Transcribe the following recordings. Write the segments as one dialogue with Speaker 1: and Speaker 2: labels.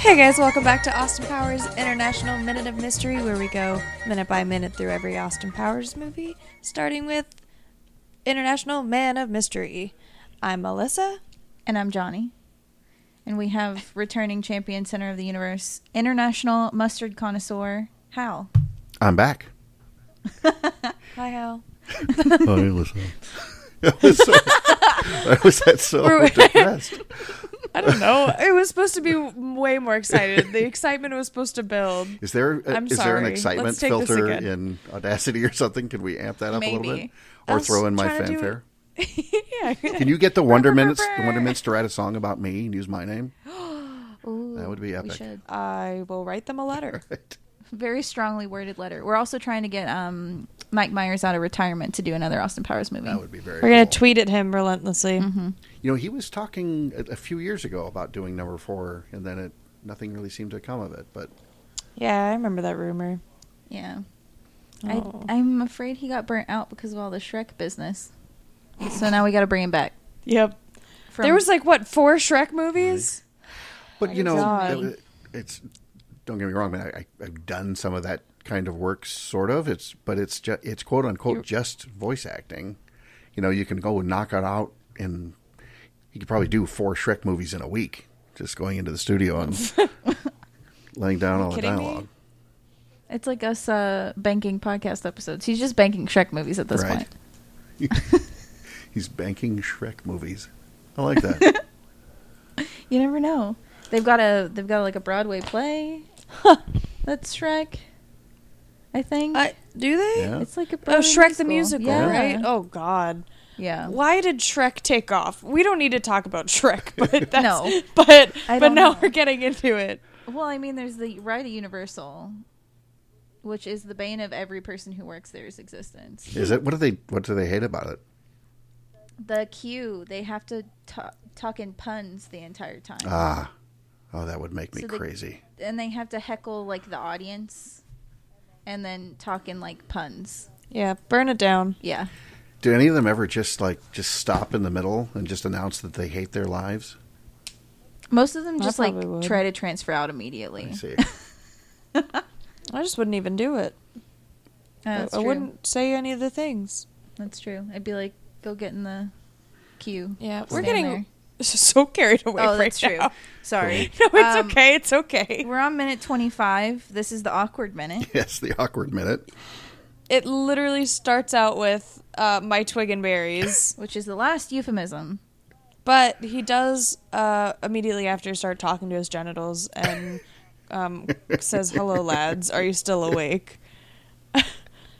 Speaker 1: Hey guys, welcome back to Austin Powers International Minute of Mystery, where we go minute by minute through every Austin Powers movie, starting with International Man of Mystery. I'm Melissa.
Speaker 2: And I'm Johnny. And we have returning champion center of the universe, international mustard connoisseur, Hal.
Speaker 3: I'm back.
Speaker 1: Hi, Hal.
Speaker 3: Oh, you listen. I was so, I was that so
Speaker 1: We're-
Speaker 3: depressed.
Speaker 1: I don't know. It was supposed to be way more excited. The excitement was supposed to build.
Speaker 3: Is there a-
Speaker 1: I'm
Speaker 3: is there an
Speaker 1: sorry.
Speaker 3: excitement
Speaker 1: Let's take this
Speaker 3: filter
Speaker 1: again.
Speaker 3: in Audacity or something? Can we amp that up a little bit,
Speaker 2: Maybe.
Speaker 3: or
Speaker 1: I was
Speaker 3: throw in my
Speaker 1: trying to do
Speaker 3: fanfare?
Speaker 1: yeah.
Speaker 3: Can you get the Wonder Minutes the Wonder Minutes to write a song about me and use my name? that would be epic.
Speaker 1: I will write them a letter.
Speaker 2: Very strongly worded letter. We're also trying to get um, Mike Myers out of retirement to do another Austin Powers movie.
Speaker 3: That would be very.
Speaker 1: We're going
Speaker 3: cool.
Speaker 1: to tweet at him relentlessly.
Speaker 3: You know, he was talking a, a few years ago about doing number four, and then it nothing really seemed to come of it. But
Speaker 1: Yeah, I remember that rumor.
Speaker 2: yeah.
Speaker 1: Oh.
Speaker 2: I, I'm afraid he got burnt out because of all the Shrek business. So now we got to bring him back.
Speaker 1: Yep.
Speaker 2: From,
Speaker 1: there was like, what, four Shrek movies?
Speaker 3: But you know,
Speaker 1: God.
Speaker 3: it- it's don't get me wrong, man. I, I, I've done some of that kind of work, sort of. It's but it's just it's quote unquote just voice acting. You know, you can go and knock it out, and you could probably do four Shrek movies in a week, just going into the studio and laying down all the
Speaker 1: kidding me?
Speaker 3: dialogue.
Speaker 2: it's like us uh, banking podcast episodes. He's just banking Shrek movies at this
Speaker 3: Right.
Speaker 2: point.
Speaker 3: He's banking Shrek movies. I like that.
Speaker 2: You never know. They've got a they've got like a Broadway play. That's Shrek. I think
Speaker 1: I, Uh, do they?
Speaker 3: Yeah.
Speaker 2: it's like a
Speaker 1: Oh,
Speaker 2: Broadway
Speaker 1: Shrek the musical,
Speaker 2: Yeah. Oh.
Speaker 1: right? Oh God,
Speaker 2: yeah.
Speaker 1: why did Shrek take off? We don't need to talk about Shrek, but that's,
Speaker 2: No.
Speaker 1: but
Speaker 2: I
Speaker 1: but
Speaker 2: don't
Speaker 1: now
Speaker 2: know.
Speaker 1: we're getting into it.
Speaker 2: Well, I mean, there's the right of Universal, which is the bane of every person who works there's existence.
Speaker 3: Is it? What do they? What do they hate about it?
Speaker 2: The queue they have to ta- talk in puns the entire time,
Speaker 3: Ah, oh, that would make me
Speaker 2: So they-
Speaker 3: crazy.
Speaker 2: and they have to heckle like the audience, and then talk in like puns.
Speaker 1: Yeah, burn it down.
Speaker 2: Yeah.
Speaker 3: Do any of them ever just like just stop in the middle and just announce that they hate their lives?
Speaker 2: Most of them
Speaker 1: I
Speaker 2: just like
Speaker 1: probably would.
Speaker 2: try to transfer out immediately.
Speaker 3: I see.
Speaker 1: I just wouldn't even do it. I-
Speaker 2: Uh, that's
Speaker 1: I,
Speaker 2: true.
Speaker 1: wouldn't say any of the things.
Speaker 2: That's true. I'd be like, go get in the queue.
Speaker 1: Yeah,
Speaker 2: Stand
Speaker 1: we're getting
Speaker 2: there.
Speaker 1: so carried away.
Speaker 2: Oh,
Speaker 1: right
Speaker 2: that's true.
Speaker 1: now.
Speaker 2: Sorry.
Speaker 1: No, it's
Speaker 2: Um,
Speaker 1: okay. It's okay.
Speaker 2: We're on minute 25. This is the awkward minute.
Speaker 3: yes, the awkward minute.
Speaker 1: It literally starts out with uh, my twig and berries,
Speaker 2: Which is the last euphemism.
Speaker 1: but he does uh, immediately after start talking to his genitals and um, says, "Hello, lads. Are you still awake?"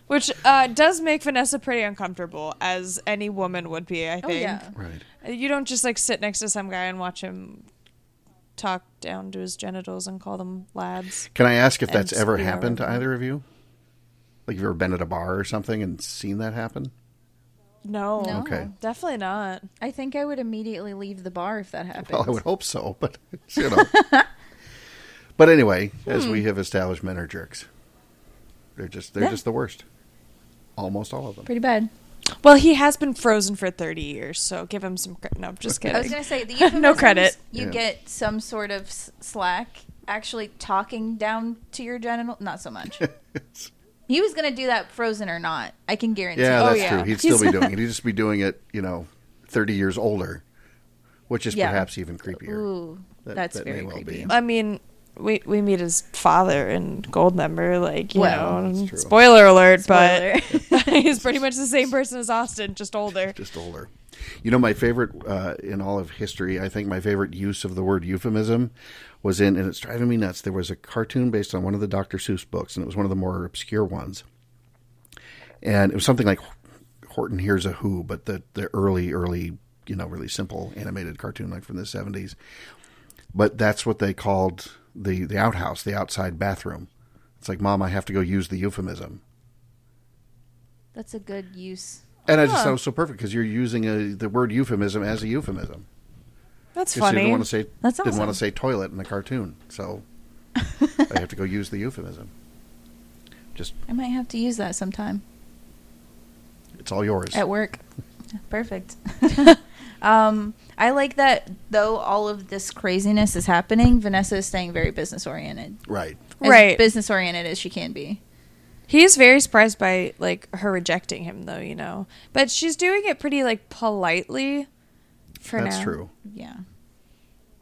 Speaker 1: Which uh, does make Vanessa pretty uncomfortable, as any woman would be. I think.
Speaker 3: Right.
Speaker 1: You don't just like sit next to some guy and watch him talk down to his genitals and call them lads.
Speaker 3: Can I ask if
Speaker 1: And
Speaker 3: that's ever
Speaker 1: spear
Speaker 3: happened to
Speaker 1: over.
Speaker 3: either of you? Like you've ever been at a bar or something and seen that happen?
Speaker 1: No,
Speaker 2: No.
Speaker 3: Okay.
Speaker 1: definitely not.
Speaker 2: I think I would immediately leave the bar if that happened.
Speaker 3: Well, I would hope so, but you know. but anyway, as we have established, men are jerks. They're just they're
Speaker 2: Yeah.
Speaker 3: just the worst. Almost all of them.
Speaker 2: Pretty bad.
Speaker 1: Well, he has been frozen for thirty years, so give him some. Cre- no, I'm just kidding.
Speaker 2: I was going to say, the euphemisms,
Speaker 1: No credit.
Speaker 2: You
Speaker 3: Yeah.
Speaker 2: get some sort of s- slack. Actually, talking down to your genital, not so much. he was going to do that, frozen or not. I can guarantee.
Speaker 3: Yeah,
Speaker 1: Oh,
Speaker 3: that's
Speaker 1: yeah.
Speaker 3: true. He'd still be doing it. He'd just be doing it, you know, thirty years older, which is
Speaker 2: Yeah.
Speaker 3: perhaps even creepier.
Speaker 2: Ooh,
Speaker 3: That-
Speaker 2: that's
Speaker 3: that may
Speaker 2: very
Speaker 3: well be.
Speaker 2: creepy.
Speaker 1: I mean, we we meet his father in Goldmember, like you
Speaker 2: Well,
Speaker 1: know.
Speaker 3: that's true.
Speaker 1: Spoiler alert,
Speaker 2: Spoiler.
Speaker 1: but he's pretty much the same person as Austin, just older.
Speaker 3: just older. You know, my favorite uh, in all of history, I think my favorite use of the word euphemism was in, and it's driving me nuts. There was a cartoon based on one of the Dr. Seuss books, and it was one of the more obscure ones. And it was something like Horton Hears a Who, but the, the early, early, you know, really simple animated cartoon, like from the 70s. But that's what they called the, the outhouse, the outside bathroom. It's like, Mom, I have to go use the euphemism.
Speaker 2: That's a good use.
Speaker 3: And I just thought it was so perfect because you're using a, the word euphemism as a euphemism.
Speaker 1: That's
Speaker 3: Because
Speaker 1: funny.
Speaker 3: didn't want to say
Speaker 2: That's
Speaker 3: didn't want to
Speaker 2: awesome.
Speaker 3: say toilet in the cartoon, so I have to go use the euphemism. Just
Speaker 2: I might have to use that sometime
Speaker 3: it's all yours.
Speaker 2: at work. Perfect. Um, I like that though all of this craziness is happening, Vanessa is staying very business oriented.
Speaker 3: Right.
Speaker 1: Right.
Speaker 2: Business oriented as she can be.
Speaker 1: He's very surprised by like her rejecting him though, you know. But she's doing it pretty like politely for
Speaker 3: That's
Speaker 1: now.
Speaker 3: true.
Speaker 2: Yeah.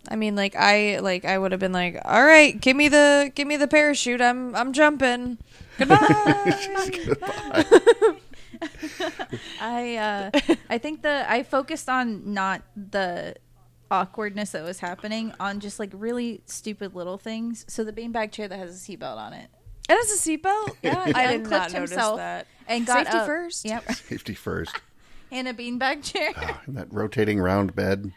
Speaker 1: I mean like I like I would have been like, "All right, give me the give me the parachute. I'm I'm jumping." Goodbye.
Speaker 2: I uh, I think the I focused on not the awkwardness that was happening on just like really stupid little things. So the beanbag chair that has a seatball on it.
Speaker 1: and it's a seatbelt? Yeah,
Speaker 2: he
Speaker 1: I did not
Speaker 2: unclipped
Speaker 1: notice
Speaker 2: himself
Speaker 1: that.
Speaker 2: And got
Speaker 1: Safety
Speaker 2: up.
Speaker 1: first.
Speaker 2: Yep.
Speaker 3: Safety first.
Speaker 2: In a beanbag chair
Speaker 3: Ah, and that rotating round bed.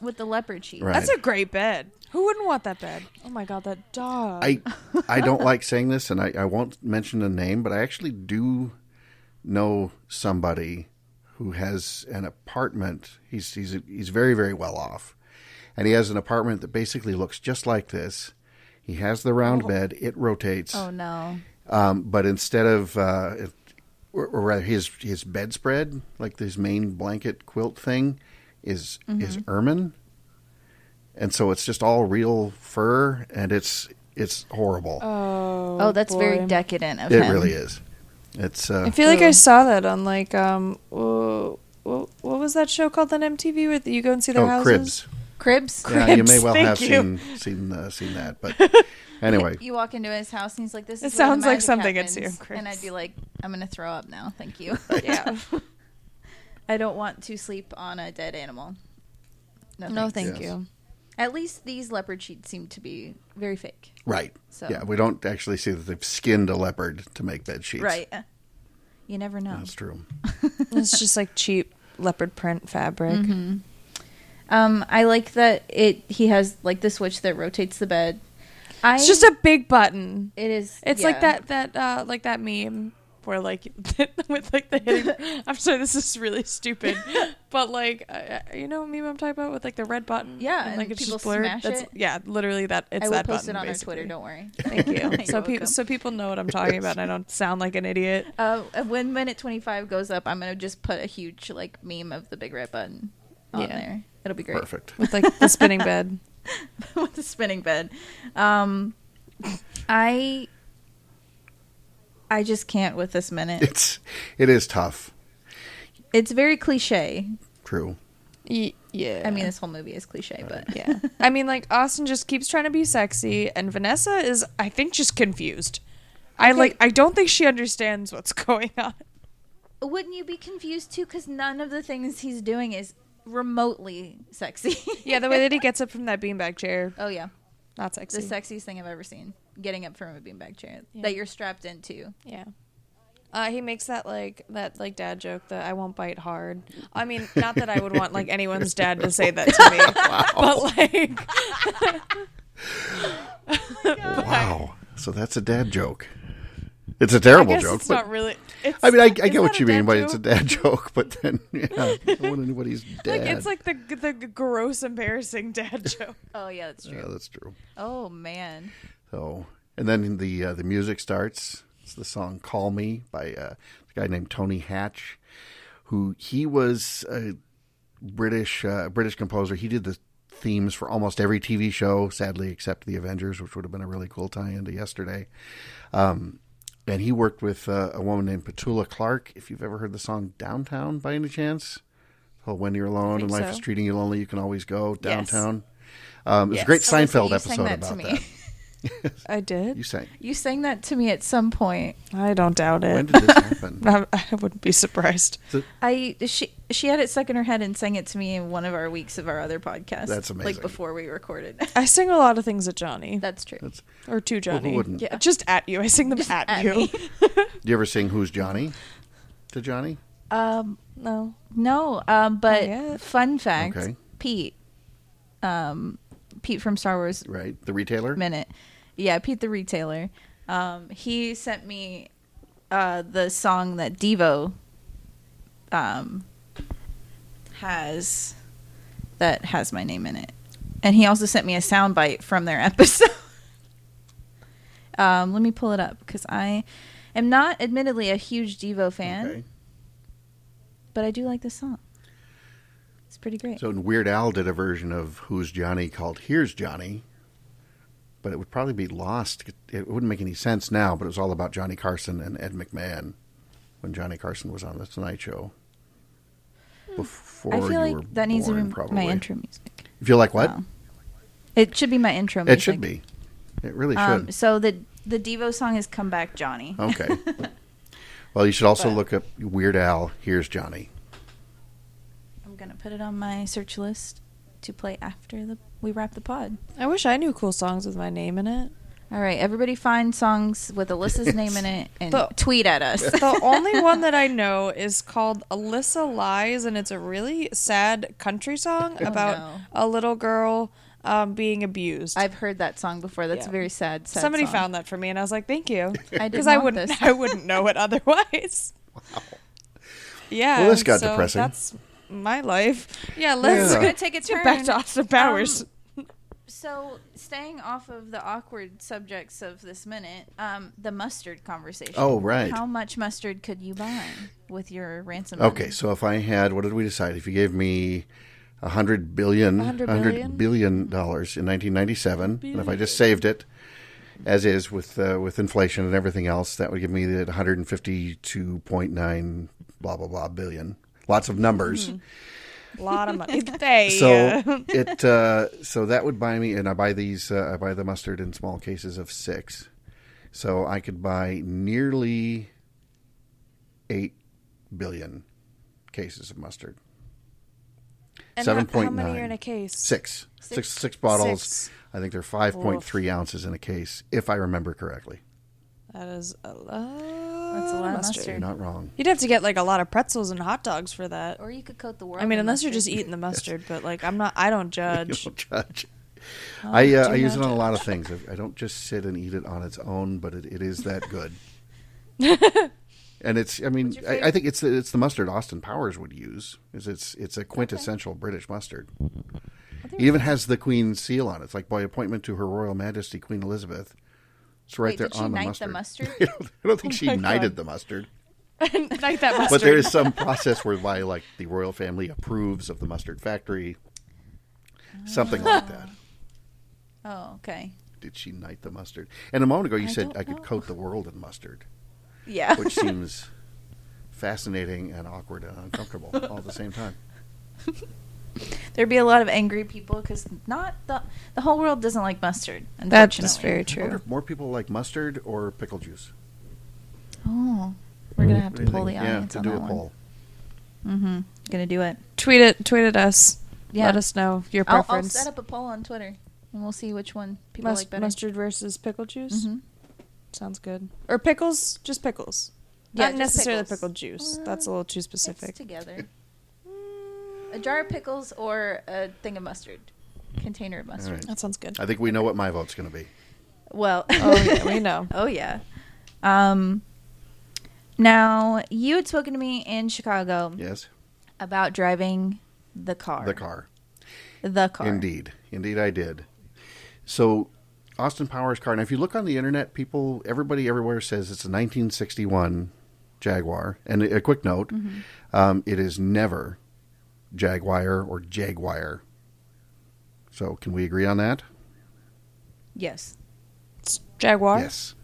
Speaker 2: with the leopard sheet.
Speaker 3: Right.
Speaker 1: That's a great bed. Who wouldn't want that bed? Oh my god, that dog.
Speaker 3: I I don't like saying this, and I, I won't mention a name, but I actually do know somebody who has an apartment. He's he's he's very very well off, and he has an apartment that basically looks just like this. He has the round bed; it rotates,
Speaker 2: Oh no.
Speaker 3: um, but instead of uh, it- or, or rather his his bedspread, like this main blanket quilt thing, is
Speaker 1: Mm-hmm.
Speaker 3: is ermine, and so it's just all real fur, and it's it's horrible.
Speaker 1: oh,
Speaker 2: Oh, that's very
Speaker 1: boy.
Speaker 2: decadent of
Speaker 3: It
Speaker 2: him.
Speaker 3: really is. It's uh,
Speaker 1: I feel like I
Speaker 2: Ugh.
Speaker 1: saw that on like um whoa, whoa, what was that show called on MTV where you go and see their
Speaker 3: oh
Speaker 1: houses?
Speaker 3: cribs.
Speaker 2: Cribs.
Speaker 3: Yeah, you may
Speaker 1: Cribs,
Speaker 3: well
Speaker 1: thank
Speaker 3: have
Speaker 1: you.
Speaker 3: seen seen uh, seen that, but anyway,
Speaker 2: You walk into his house and he's like, "This
Speaker 1: It
Speaker 2: is where the
Speaker 1: sounds like
Speaker 2: magic
Speaker 1: something at
Speaker 2: happens."
Speaker 1: Sierra
Speaker 2: and I'd
Speaker 1: Cribs.
Speaker 2: be like, "I'm gonna throw up now, thank you.
Speaker 1: Yeah.
Speaker 2: I don't want to sleep on a dead animal." No,
Speaker 1: no,
Speaker 2: thanks.
Speaker 1: thank
Speaker 3: Yes.
Speaker 1: you.
Speaker 2: At least these leopard sheets seem to be very fake,
Speaker 3: right.
Speaker 2: So-
Speaker 3: Yeah, we don't actually see that they've skinned a leopard to make bed sheets.
Speaker 2: right? You never know.
Speaker 1: Oh,
Speaker 3: That's true.
Speaker 1: It's just like cheap leopard print fabric.
Speaker 2: Um, I like that it. He has like the switch that rotates the bed. I.
Speaker 1: It's just a big button.
Speaker 2: It is.
Speaker 1: It's
Speaker 2: yeah.
Speaker 1: like that that uh like that meme where like with like the hitting, I'm sorry this is really stupid, but like uh, you know what meme I'm talking about with like the red button.
Speaker 2: Yeah,
Speaker 1: and like
Speaker 2: and
Speaker 1: it's just
Speaker 2: people
Speaker 1: blurred.
Speaker 2: smash
Speaker 1: That's,
Speaker 2: it.
Speaker 1: Yeah, literally that. It's
Speaker 2: I will
Speaker 1: that
Speaker 2: post
Speaker 1: button,
Speaker 2: it on
Speaker 1: basically.
Speaker 2: our Twitter. Don't worry.
Speaker 1: Thank you.
Speaker 2: You're
Speaker 1: so people
Speaker 2: welcome.
Speaker 1: so people know what I'm talking about. and I don't sound like an idiot.
Speaker 2: Uh, when minute 25 goes up, I'm going to just put a huge like meme of the big red button on
Speaker 1: Yeah.
Speaker 2: there. It'll be great.
Speaker 3: Perfect.
Speaker 1: with like the spinning bed.
Speaker 2: With the spinning bed. Um, I I just can't with this minute.
Speaker 3: It's it is tough.
Speaker 2: It's very cliche.
Speaker 3: True.
Speaker 1: yeah.
Speaker 2: I mean, this whole movie is cliche, but
Speaker 1: yeah. I mean, like Austin just keeps trying to be sexy, and Vanessa is, I think, just confused. I like. I don't think she understands what's going on.
Speaker 2: wouldn't you be confused too? Because none of the things he's doing is remotely sexy.
Speaker 1: Yeah, the way that he gets up from that beanbag chair,
Speaker 2: oh yeah,
Speaker 1: not
Speaker 2: the
Speaker 1: sexy.
Speaker 2: sexiest thing I've ever seen. Getting up from a beanbag chair that you're strapped into.
Speaker 1: yeah. Uh, he makes that like that like dad joke that I won't bite hard. I mean, not that I would want like anyone's dad to say that to me, but like
Speaker 3: Wow. So that's a dad joke. It's a terrible
Speaker 1: I guess
Speaker 3: joke.
Speaker 1: it's
Speaker 3: but-
Speaker 1: not really. It's,
Speaker 3: I mean, I, I get
Speaker 1: is
Speaker 3: what
Speaker 1: that
Speaker 3: you
Speaker 1: a dad
Speaker 3: mean, but it's a
Speaker 1: joke?
Speaker 3: dad joke. But then, yeah, I don't want anybody's dad.
Speaker 1: Like it's like the the gross, embarrassing dad joke.
Speaker 2: Oh yeah, that's true.
Speaker 3: yeah, that's true.
Speaker 2: Oh man.
Speaker 3: So, and then the uh, the music starts. It's the song "Call Me" by uh, a guy named Tony Hatch, who he was a British uh, British composer. He did the themes for almost every TV show, sadly, except the Avengers, which would have been a really cool tie-in to yesterday. Um, and he worked with uh, a woman named Petula Clark. If you've ever heard the song "Downtown" by any chance, oh, when you're alone and
Speaker 1: think
Speaker 3: life
Speaker 1: so.
Speaker 3: is treating you lonely, you can always go
Speaker 1: Yes.
Speaker 3: downtown. Um, it was a
Speaker 1: Yes.
Speaker 3: great
Speaker 2: Alyssa,
Speaker 3: Seinfeld
Speaker 2: Oh, you sang
Speaker 3: episode
Speaker 2: that to
Speaker 3: about
Speaker 2: me.
Speaker 3: that.
Speaker 1: I did.
Speaker 3: You sang.
Speaker 2: You sang that to me at some point.
Speaker 1: I don't doubt
Speaker 3: When
Speaker 1: it.
Speaker 3: did this happen?
Speaker 1: I, I wouldn't be surprised.
Speaker 2: I she she had it stuck in her head and sang it to me in one of our weeks of our other podcast.
Speaker 3: That's amazing.
Speaker 2: Like before we recorded.
Speaker 1: I sing a lot of things at Johnny
Speaker 2: That's true.
Speaker 3: That's-
Speaker 1: or to Johnny.
Speaker 3: wouldn't?
Speaker 1: Yeah. Just at you. I sing them at,
Speaker 2: at
Speaker 1: you.
Speaker 2: me.
Speaker 3: Do you ever sing "Who's Johnny" to Johnny?
Speaker 2: Um
Speaker 1: No.
Speaker 2: no, um
Speaker 1: Not
Speaker 2: but
Speaker 1: yet.
Speaker 2: fun fact,
Speaker 3: Okay.
Speaker 2: Pete. Um Pete from Star Wars
Speaker 3: Right, the retailer.
Speaker 2: minute. Yeah, Pete the retailer. Um, he sent me uh, the song that Devo um, has that has my name in it, and he also sent me a soundbite from their episode. um, let me pull it up because I am not, admittedly, a huge Devo fan,
Speaker 3: Okay.
Speaker 2: but I do like this song. It's pretty great.
Speaker 3: So and Weird Al did a version of Who's Johnny called Here's Johnny, but it would probably be lost. It wouldn't make any sense now, but it was all about Johnny Carson and Ed McMahon when Johnny Carson was on The Tonight Show. Before
Speaker 2: I feel
Speaker 3: you were
Speaker 2: like that needs
Speaker 3: born,
Speaker 2: to be
Speaker 3: probably.
Speaker 2: my intro music.
Speaker 3: You feel like what?
Speaker 2: Wow. It should be my intro music.
Speaker 3: It should be. It really should.
Speaker 2: Um, so the the Devo song is "Come Back, Johnny."
Speaker 3: Okay. well, you should also
Speaker 2: But-
Speaker 3: look up Weird Al. Here's Johnny.
Speaker 2: I'm gonna put it on my search list to play after the we wrap the pod.
Speaker 1: I wish I knew cool songs with my name in it.
Speaker 2: All right, everybody find songs with Alyssa's name in it and
Speaker 1: The-
Speaker 2: tweet at us.
Speaker 1: The only one that I know is called Alyssa Lies, and it's a really sad country song about
Speaker 2: Oh, no.
Speaker 1: a little girl um, being abused.
Speaker 2: I've heard that song before. That's
Speaker 1: Yeah.
Speaker 2: a very sad. sad
Speaker 1: Somebody
Speaker 2: song.
Speaker 1: found that for me, and I was like, "Thank you,"
Speaker 2: I did
Speaker 1: because I
Speaker 2: want
Speaker 1: wouldn't,
Speaker 2: this.
Speaker 1: I wouldn't know it otherwise. Yeah.
Speaker 3: Well, this got
Speaker 1: so
Speaker 3: depressing.
Speaker 1: That's my life. Yeah. Let's
Speaker 2: We're
Speaker 3: Yeah.
Speaker 2: gonna take a turn
Speaker 1: get back to Austin Powers.
Speaker 2: Um, so, staying off of the awkward subjects of this minute, um, the mustard conversation.
Speaker 3: Oh, right.
Speaker 2: How much mustard could you buy with your ransom? money?
Speaker 3: Okay, so if I had, what did we decide? If you gave me a hundred billion,
Speaker 1: $100
Speaker 3: hundred
Speaker 1: billion?
Speaker 3: billion dollars in nineteen ninety-seven, and if I just saved it as is with uh, with inflation and everything else, that would give me the one hundred and fifty-two point nine blah blah blah billion. Lots of numbers.
Speaker 1: A lot of money. They,
Speaker 3: So
Speaker 1: uh,
Speaker 3: it uh, so that would buy me, and I buy these. Uh, I buy the mustard in small cases of six, so I could buy nearly eight billion cases of mustard.
Speaker 1: and
Speaker 3: Seven
Speaker 1: how, how
Speaker 3: point
Speaker 1: many are in
Speaker 3: nine
Speaker 1: a case?
Speaker 3: six, six, six bottles.
Speaker 1: Six.
Speaker 3: I think they're five point three ounces in a case, if I remember correctly.
Speaker 1: That is a lot.
Speaker 2: That's a lot of mustard.
Speaker 3: You're not wrong.
Speaker 1: You'd have to get like a lot of pretzels and hot dogs for that.
Speaker 2: Or you could coat the world.
Speaker 1: I mean,
Speaker 2: in
Speaker 1: unless you're just
Speaker 2: mustard.
Speaker 1: eating the mustard, but like I'm not. I don't
Speaker 3: You
Speaker 1: judge.
Speaker 3: don't judge.
Speaker 2: Oh,
Speaker 3: I uh,
Speaker 1: do
Speaker 3: I use it
Speaker 1: not
Speaker 3: on a lot of things. I- I don't just sit and eat it on its own, but it, it is that good. and it's I mean
Speaker 2: your
Speaker 3: I, I think it's the, it's the mustard Austin Powers would use. Is it's it's a quintessential British mustard. It even has the Queen's seal on it. It's like by appointment to Her Royal Majesty Queen Elizabeth. It's right
Speaker 2: Wait,
Speaker 3: there
Speaker 2: did she
Speaker 3: on the
Speaker 2: knight
Speaker 3: mustard.
Speaker 2: the mustard? Oh
Speaker 3: I don't, I don't think she
Speaker 1: my
Speaker 3: knighted
Speaker 1: God.
Speaker 3: the mustard,
Speaker 1: like that
Speaker 3: but there is some process whereby like the royal family approves of the mustard factory, something like that.
Speaker 2: Oh, okay.
Speaker 3: did she knight the mustard? And a moment ago, you
Speaker 2: I
Speaker 3: said
Speaker 2: don't
Speaker 3: I could
Speaker 2: know.
Speaker 3: coat the world in mustard,
Speaker 2: Yeah.
Speaker 3: which seems fascinating and awkward and uncomfortable all at the same time.
Speaker 2: There'd be a lot of angry people because not the the whole world doesn't like mustard.
Speaker 1: That's
Speaker 2: Unfortunately.
Speaker 1: very
Speaker 3: I wonder
Speaker 1: true.
Speaker 3: if more people like mustard or pickle juice.
Speaker 2: Oh, we're gonna have
Speaker 3: What
Speaker 2: to
Speaker 3: do you
Speaker 2: pull the
Speaker 3: think?
Speaker 2: audience
Speaker 3: yeah,
Speaker 2: on
Speaker 3: to do
Speaker 2: that
Speaker 3: a
Speaker 2: one.
Speaker 3: poll.
Speaker 2: Mm-hmm. Gonna do it.
Speaker 1: Tweet it. Tweet at us.
Speaker 2: Yeah.
Speaker 1: Let us know your
Speaker 2: I'll,
Speaker 1: preference.
Speaker 2: I'll set up a poll on Twitter and we'll see which one people
Speaker 1: Mus-
Speaker 2: like better.
Speaker 1: mustard versus pickle juice.
Speaker 2: Mhm.
Speaker 1: Sounds good. Or pickles, just pickles.
Speaker 2: Yeah,
Speaker 1: Not
Speaker 2: just
Speaker 1: necessarily
Speaker 2: pickles.
Speaker 1: pickled juice.
Speaker 2: Uh,
Speaker 1: That's a little too
Speaker 2: It's
Speaker 1: specific.
Speaker 2: together. A jar of pickles or a thing of mustard. Container of mustard.
Speaker 3: All right.
Speaker 1: That sounds good.
Speaker 3: I think we know what my vote's going to be.
Speaker 2: Well,
Speaker 1: Oh, yeah, we know.
Speaker 2: oh yeah. Um, now you had spoken to me in Chicago
Speaker 3: Yes,
Speaker 2: about driving the car.
Speaker 3: the car.
Speaker 2: The car.
Speaker 3: Indeed, indeed, I did. So, Austin Powers car. Now, if you look on the internet, people, everybody, everywhere says it's a 1961 Jaguar. And a a quick note: um, it is never Jaguar or Jaguar. So, can we agree on that?
Speaker 2: Yes.
Speaker 1: It's Jaguar.
Speaker 3: Yes,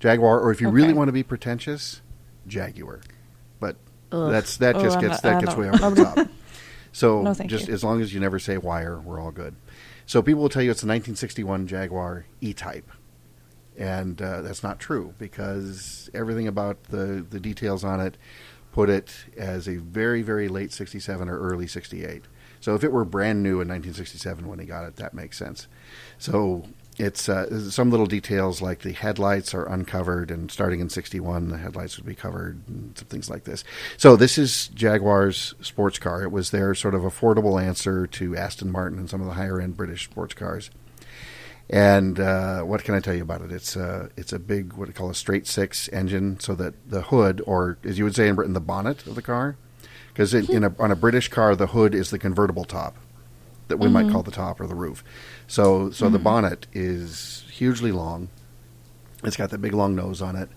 Speaker 3: Jaguar. Or if you really
Speaker 1: Okay.
Speaker 3: want to be pretentious, Jaguar. But
Speaker 2: Ugh.
Speaker 3: that's that
Speaker 1: Oh,
Speaker 3: just
Speaker 1: I'm
Speaker 3: gets
Speaker 1: not- I
Speaker 3: that gets
Speaker 1: don't-
Speaker 3: way over the top. So
Speaker 1: No, thank
Speaker 3: just
Speaker 1: you.
Speaker 3: as long as you never say wire, we're all good. So people will tell you it's a 1961 Jaguar E-Type, and uh, that's not true because everything about the the details on it put it as a very very late 67 or early 68. So if it were brand new in 1967 when he got it, that makes sense. So it's uh, some little details like the headlights are uncovered, and starting in '61, the headlights would be covered, and some things like this. So this is Jaguar's sports car. It was their sort of affordable answer to Aston Martin and some of the higher end British sports cars. And uh, what can I tell you about it? It's a it's a big what they call a straight six engine, so that the hood, or as you would say in Britain, the bonnet of the car, because in a, on a British car, the hood is the convertible top that we might call the top or the roof. So so the bonnet is hugely long. It's got that big long nose on it,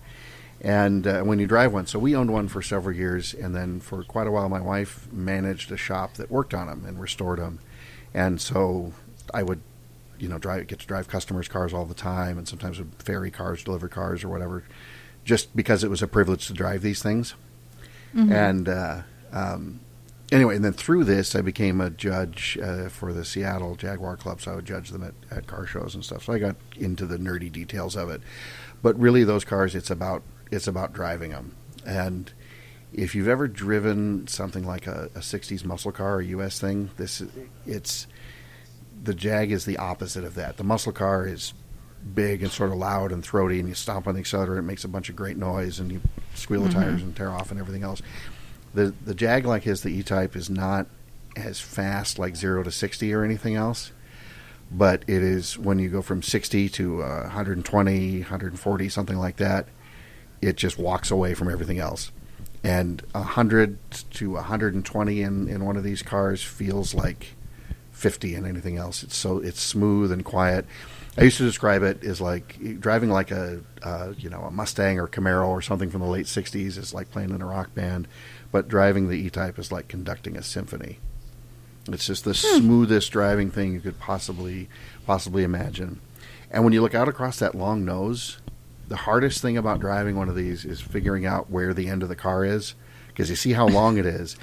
Speaker 3: and uh, when you drive one. So we owned one for several years, and then for quite a while, my wife managed a shop that worked on them and restored them, and so I would, you know, drive get to drive customers' cars all the time, and sometimes would ferry cars, deliver cars, or whatever, just because it was a privilege to drive these things, and. Uh, um, Anyway, and then through this, I became a judge uh, for the Seattle Jaguar Club, so I would judge them at, at car shows and stuff. So I got into the nerdy details of it, but really, those cars, it's about it's about driving them. And if you've ever driven something like a, a '60s muscle car, a U.S. thing, this is- it's the Jag is the opposite of that. The muscle car is big and sort of loud and throaty, and you stomp on the accelerator, it makes a bunch of great noise, and you squeal the tires and tear off and everything else. The the Jag like his the E Type is not as fast like zero to sixty or anything else, but it is when you go from sixty to uh, 120, 140, something like that, it just walks away from everything else. And 100 to 120 in, in one of these cars feels like 50 and anything else. It's so it's smooth and quiet. I used to describe it as like driving like a uh, you know a Mustang or Camaro or something from the late '60s is like playing in a rock band, but driving the E-Type is like conducting a symphony. It's just the smoothest driving thing you could possibly possibly imagine. And when you look out across that long nose, the hardest thing about driving one of these is figuring out where the end of the car is because you see how long it is.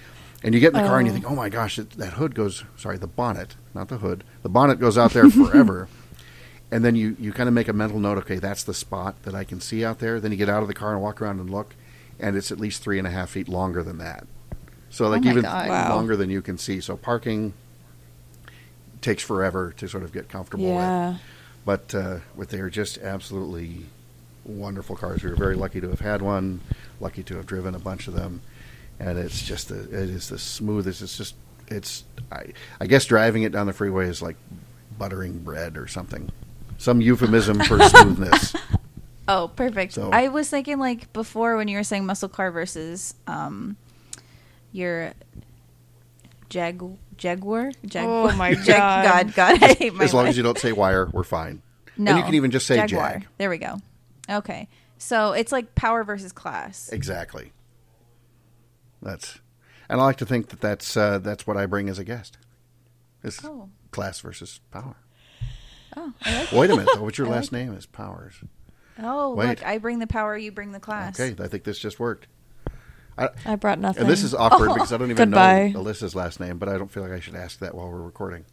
Speaker 3: And you get in the car and you think, oh my gosh, it, that hood goes, sorry, the bonnet, not the hood, the bonnet goes out there forever. and then you, you kind of make a mental note, okay, that's the spot that I can see out there. Then you get out of the car and walk around and look, and it's at least three and a half feet longer than that. So, like,
Speaker 2: my
Speaker 3: even
Speaker 2: God.
Speaker 1: Wow.
Speaker 3: longer than you can see. So, parking takes forever to sort of get comfortable with
Speaker 1: Yeah.
Speaker 3: but uh, but they are just absolutely wonderful cars. We were very lucky to have had one, lucky to have driven a bunch of them, and it's just the it is the smoothest. It's just it's I I guess driving it down the freeway is like buttering bread or something, some euphemism for smoothness.
Speaker 2: Oh, perfect.
Speaker 3: So-
Speaker 2: I was thinking like before when you were saying muscle car versus um your jag jaguar jaguar.
Speaker 1: Oh my
Speaker 2: God, God, I hate my
Speaker 3: as long
Speaker 2: life.
Speaker 3: as you don't say wire, we're fine.
Speaker 2: no.
Speaker 3: and you can even just say
Speaker 2: jaguar.
Speaker 3: jag.
Speaker 2: There we go. Okay, so it's like power versus class.
Speaker 3: Exactly. That's, and I like to think that that's uh, that's what I bring as a guest. It's
Speaker 2: Oh.
Speaker 3: class versus power.
Speaker 2: Oh, I like,
Speaker 3: Wait a minute, though. What's your last name? Is Powers.
Speaker 2: oh
Speaker 3: Wait.
Speaker 2: look, I bring the power, you bring the class.
Speaker 3: Okay, I think this just worked.
Speaker 1: I brought nothing.
Speaker 3: And this is awkward because I don't even
Speaker 1: Goodbye.
Speaker 3: know Alyssa's last name, but I don't feel like I should ask that while we're recording.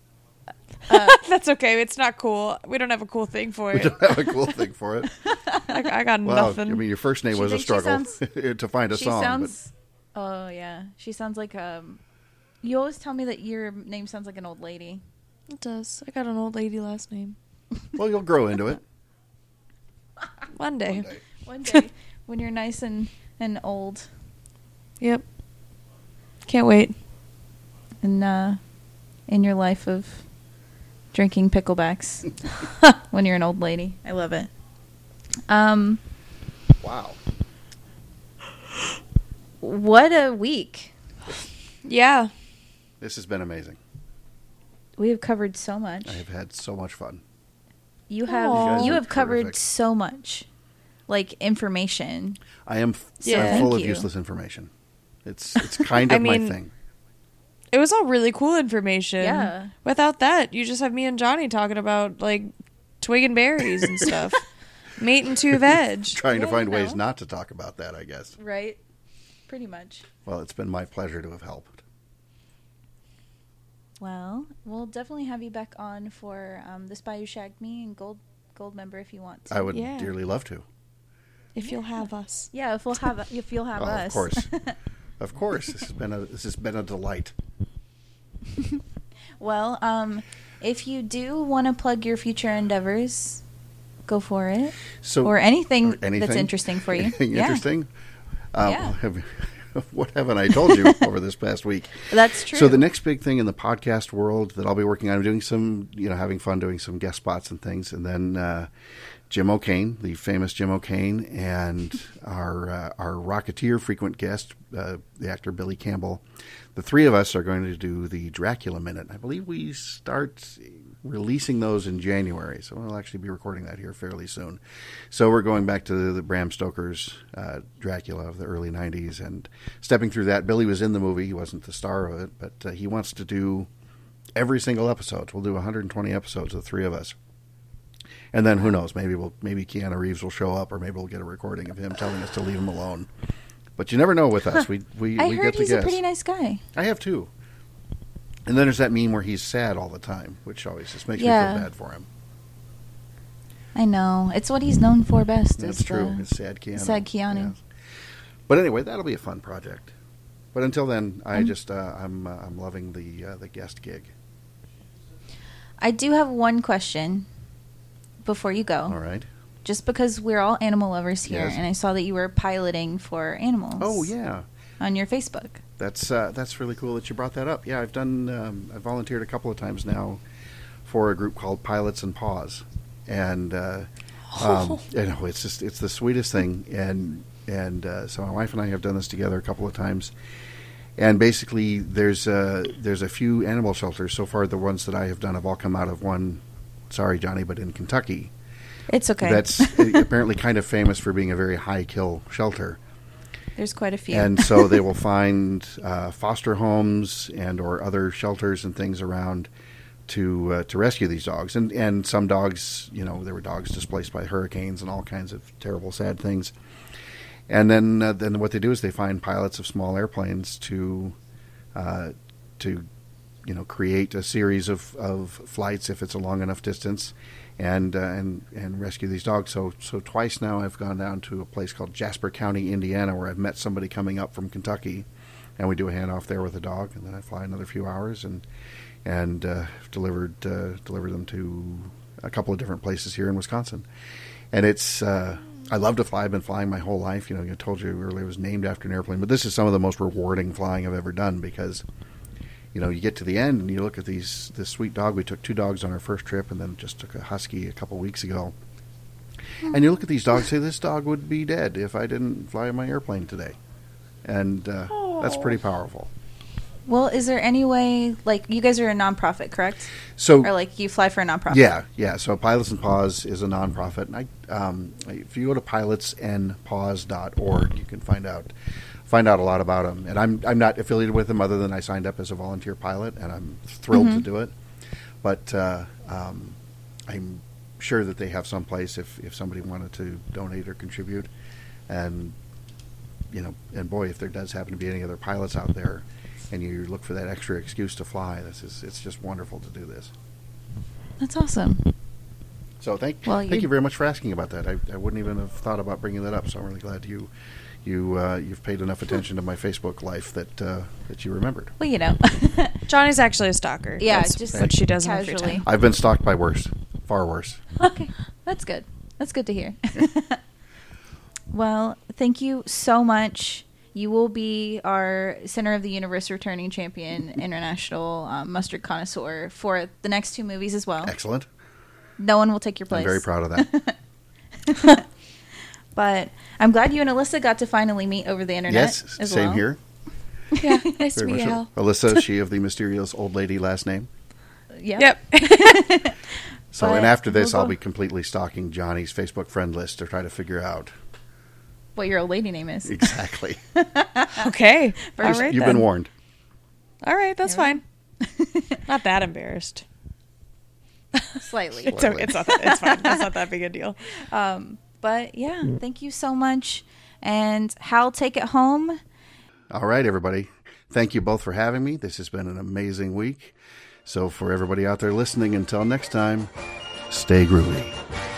Speaker 1: That's okay. It's not cool. We don't have a cool thing for
Speaker 3: We
Speaker 1: it.
Speaker 3: don't have a cool thing for it.
Speaker 1: I, I got
Speaker 3: Wow,
Speaker 1: nothing.
Speaker 3: I mean, your first name
Speaker 2: She
Speaker 3: was a
Speaker 2: thinks she
Speaker 3: struggle
Speaker 2: sounds-
Speaker 3: to find a
Speaker 2: She
Speaker 3: song.
Speaker 2: sounds. Oh yeah, she sounds like um. You always tell me that your name sounds like an old lady.
Speaker 1: it does. I got an old lady last name.
Speaker 3: But, well, you'll grow into it.
Speaker 1: One day.
Speaker 3: day.
Speaker 2: One day when you're nice and and old
Speaker 1: Yep. Can't wait.
Speaker 2: and uh, in your life of drinking picklebacks when you're an old lady. I love it. Um,
Speaker 3: Wow.
Speaker 2: what a week.
Speaker 1: Yeah.
Speaker 3: This has been amazing.
Speaker 2: We have covered so much.
Speaker 3: I have had so much fun.
Speaker 2: You
Speaker 1: You
Speaker 2: have
Speaker 1: guys
Speaker 2: you,
Speaker 3: are
Speaker 2: have covered
Speaker 3: terrific.
Speaker 2: so much like information.
Speaker 3: I am f-
Speaker 1: Yeah.
Speaker 3: I'm full
Speaker 2: Thank
Speaker 3: of
Speaker 2: you.
Speaker 3: useless information. It's it's kind of
Speaker 1: I
Speaker 3: my
Speaker 1: mean-
Speaker 3: thing.
Speaker 1: It was all really cool information.
Speaker 2: Yeah.
Speaker 1: Without that, you just have me and Johnny talking about like twig and berries and stuff. Meat and two veg.
Speaker 3: Trying to
Speaker 2: Yeah,
Speaker 3: find
Speaker 2: you
Speaker 3: ways
Speaker 2: know.
Speaker 3: not to talk about that, I guess.
Speaker 2: Right? Pretty much.
Speaker 3: Well, it's been my pleasure to have helped.
Speaker 2: Well, we'll definitely have you back on for um, this Bayou Shagged Me and Gold Gold member if you want. To.
Speaker 3: I would
Speaker 1: Yeah.
Speaker 3: dearly love to.
Speaker 1: If you'll have us.
Speaker 2: yeah, if we'll have if you'll have
Speaker 3: Oh,
Speaker 2: us.
Speaker 3: of course. Of course, this has been a this has been a delight.
Speaker 2: Well, um, if you do want to plug your future endeavors, go for it.
Speaker 3: So
Speaker 2: or anything,
Speaker 3: or anything
Speaker 2: that's interesting for you.
Speaker 3: Anything
Speaker 2: Yeah.
Speaker 3: interesting? Um,
Speaker 2: Yeah.
Speaker 3: have- what haven't I told you over this past week?
Speaker 2: That's true.
Speaker 3: So the next big thing in the podcast world that I'll be working on, I'm doing some, you know, having fun doing some guest spots and things, and then uh, Jim O'Kane, the famous Jim O'Kane, and our uh, our Rocketeer frequent guest, uh, the actor Billy Campbell. The three of us are going to do the Dracula Minute. I believe we start releasing those in January, so we'll actually be recording that here fairly soon. So we're going back to the, the Bram Stoker's uh, Dracula of the early '90s and stepping through that. Billy was in the movie; he wasn't the star of it, but uh, he wants to do every single episode. We'll do 120 episodes, the three of us. And then who knows? Maybe we'll maybe Keanu Reeves will show up, or maybe we'll get a recording of him telling us to leave him alone. But you never know with us. We we,
Speaker 2: I
Speaker 3: we
Speaker 2: heard
Speaker 3: get
Speaker 2: he's
Speaker 3: to
Speaker 2: a
Speaker 3: guess.
Speaker 2: pretty nice guy.
Speaker 3: I have two. And then there's that meme where he's sad all the time, which always just makes me
Speaker 2: Yeah.
Speaker 3: feel bad for him.
Speaker 2: I know it's what he's known for best.
Speaker 3: That's
Speaker 2: is
Speaker 3: true.
Speaker 2: the-
Speaker 3: It's sad Keanu.
Speaker 2: uh, sad Keanu.
Speaker 3: Yes. But anyway, that'll be a fun project. But until then, I
Speaker 2: Um,
Speaker 3: just uh, I'm uh, I'm loving the uh, the guest gig.
Speaker 2: I do have one question before you go.
Speaker 3: All right.
Speaker 2: Just because we're all animal lovers here,
Speaker 3: Yes.
Speaker 2: and I saw that you were piloting for animals.
Speaker 3: Oh yeah.
Speaker 2: on your Facebook.
Speaker 3: That's uh, that's really cool that you brought that up. Yeah, I've done um, I volunteered a couple of times now for a group called Pilots and Paws, and uh, um, you know it's just it's the sweetest thing. And and uh, so my wife and I have done this together a couple of times. And basically, there's uh, there's a few animal shelters so far. The ones that I have done have all come out of one. Sorry, Johnny, but in Kentucky,
Speaker 2: It's okay.
Speaker 3: that's apparently kind of famous for being a very high kill shelter
Speaker 2: There's quite a few.
Speaker 3: and so they will find uh, foster homes and or other shelters and things around to uh, to rescue these dogs and and some dogs you know there were dogs displaced by hurricanes and all kinds of terrible sad things and then uh, then what they do is they find pilots of small airplanes to uh, to you know create a series of, of flights if it's a long enough distance and uh, and and rescue these dogs so so twice now I've gone down to a place called Jasper County Indiana where I've met somebody coming up from Kentucky and we do a handoff there with a dog and then I fly another few hours and and uh, delivered uh, delivered them to a couple of different places here in Wisconsin and it's uh, I love to fly. I've been flying my whole life. You know, I told you earlier it was named after an airplane, but this is some of the most rewarding flying I've ever done because, you know, you get to the end and you look at these this sweet dog. We took two dogs on our first trip, and then just took a husky a couple weeks ago. And you look at these dogs, say this dog would be dead if I didn't fly my airplane today, and uh, that's pretty powerful.
Speaker 2: well, is there any way, like, you guys are a nonprofit, correct?
Speaker 3: So
Speaker 2: Or, like, you fly for a nonprofit?
Speaker 3: Yeah, yeah. So Pilots and Paws is a nonprofit, and I, um, if you go to pilotsandpaws.org, you can find out find out a lot about them. And I'm I'm not affiliated with them other than I signed up as a volunteer pilot, and I'm thrilled to do it. But uh, um, I'm sure that they have some place if if somebody wanted to donate or contribute, and you know, and boy, if there does happen to be any other pilots out there. And you look for that extra excuse to fly. This is—it's just wonderful to do this.
Speaker 2: That's awesome.
Speaker 3: So thank
Speaker 2: Well,
Speaker 3: thank
Speaker 2: you-
Speaker 3: you very much for asking about that. I, I wouldn't even have thought about bringing that up. So I'm really glad you you uh, you've paid enough attention to my Facebook life that uh, that you remembered.
Speaker 2: Well, you know.
Speaker 1: Johnny's actually a stalker.
Speaker 2: Yeah,
Speaker 1: That's
Speaker 2: just
Speaker 1: what she does in her free
Speaker 2: casually.
Speaker 1: time.
Speaker 3: I've been stalked by worse, far worse.
Speaker 2: okay. That's good. That's good to hear. well, thank you so much. You will be our Center of the Universe returning champion, international um, mustard connoisseur for the next two movies as well.
Speaker 3: Excellent.
Speaker 2: No one will take your place.
Speaker 3: I'm very proud of that.
Speaker 2: But I'm glad you and Alyssa got to finally meet over the internet.
Speaker 3: yes,
Speaker 2: as
Speaker 3: same
Speaker 2: well.
Speaker 3: here.
Speaker 1: Yeah, nice to
Speaker 3: Very
Speaker 1: meet
Speaker 3: much
Speaker 1: you.
Speaker 3: so.
Speaker 1: Al.
Speaker 3: Alyssa, she of the mysterious old lady last name.
Speaker 2: Yeah.
Speaker 1: Yep.
Speaker 3: So
Speaker 2: But
Speaker 3: and after this,
Speaker 2: we'll
Speaker 3: I'll
Speaker 2: go-
Speaker 3: be completely stalking Johnny's Facebook friend list to try to figure out
Speaker 2: What your old lady name is.
Speaker 3: exactly.
Speaker 1: okay. All
Speaker 2: You've-
Speaker 1: right.
Speaker 3: You've
Speaker 1: then.
Speaker 3: been warned.
Speaker 1: All right. That's fine. Not that embarrassed.
Speaker 2: Slightly.
Speaker 1: It's, okay. it's, not that, it's fine. That's not that big a deal.
Speaker 2: But yeah, thank you so much. And Hal, take it home.
Speaker 3: All right, everybody. Thank you both for having me. This has been an amazing week. So, for everybody out there listening, until next time, stay groovy.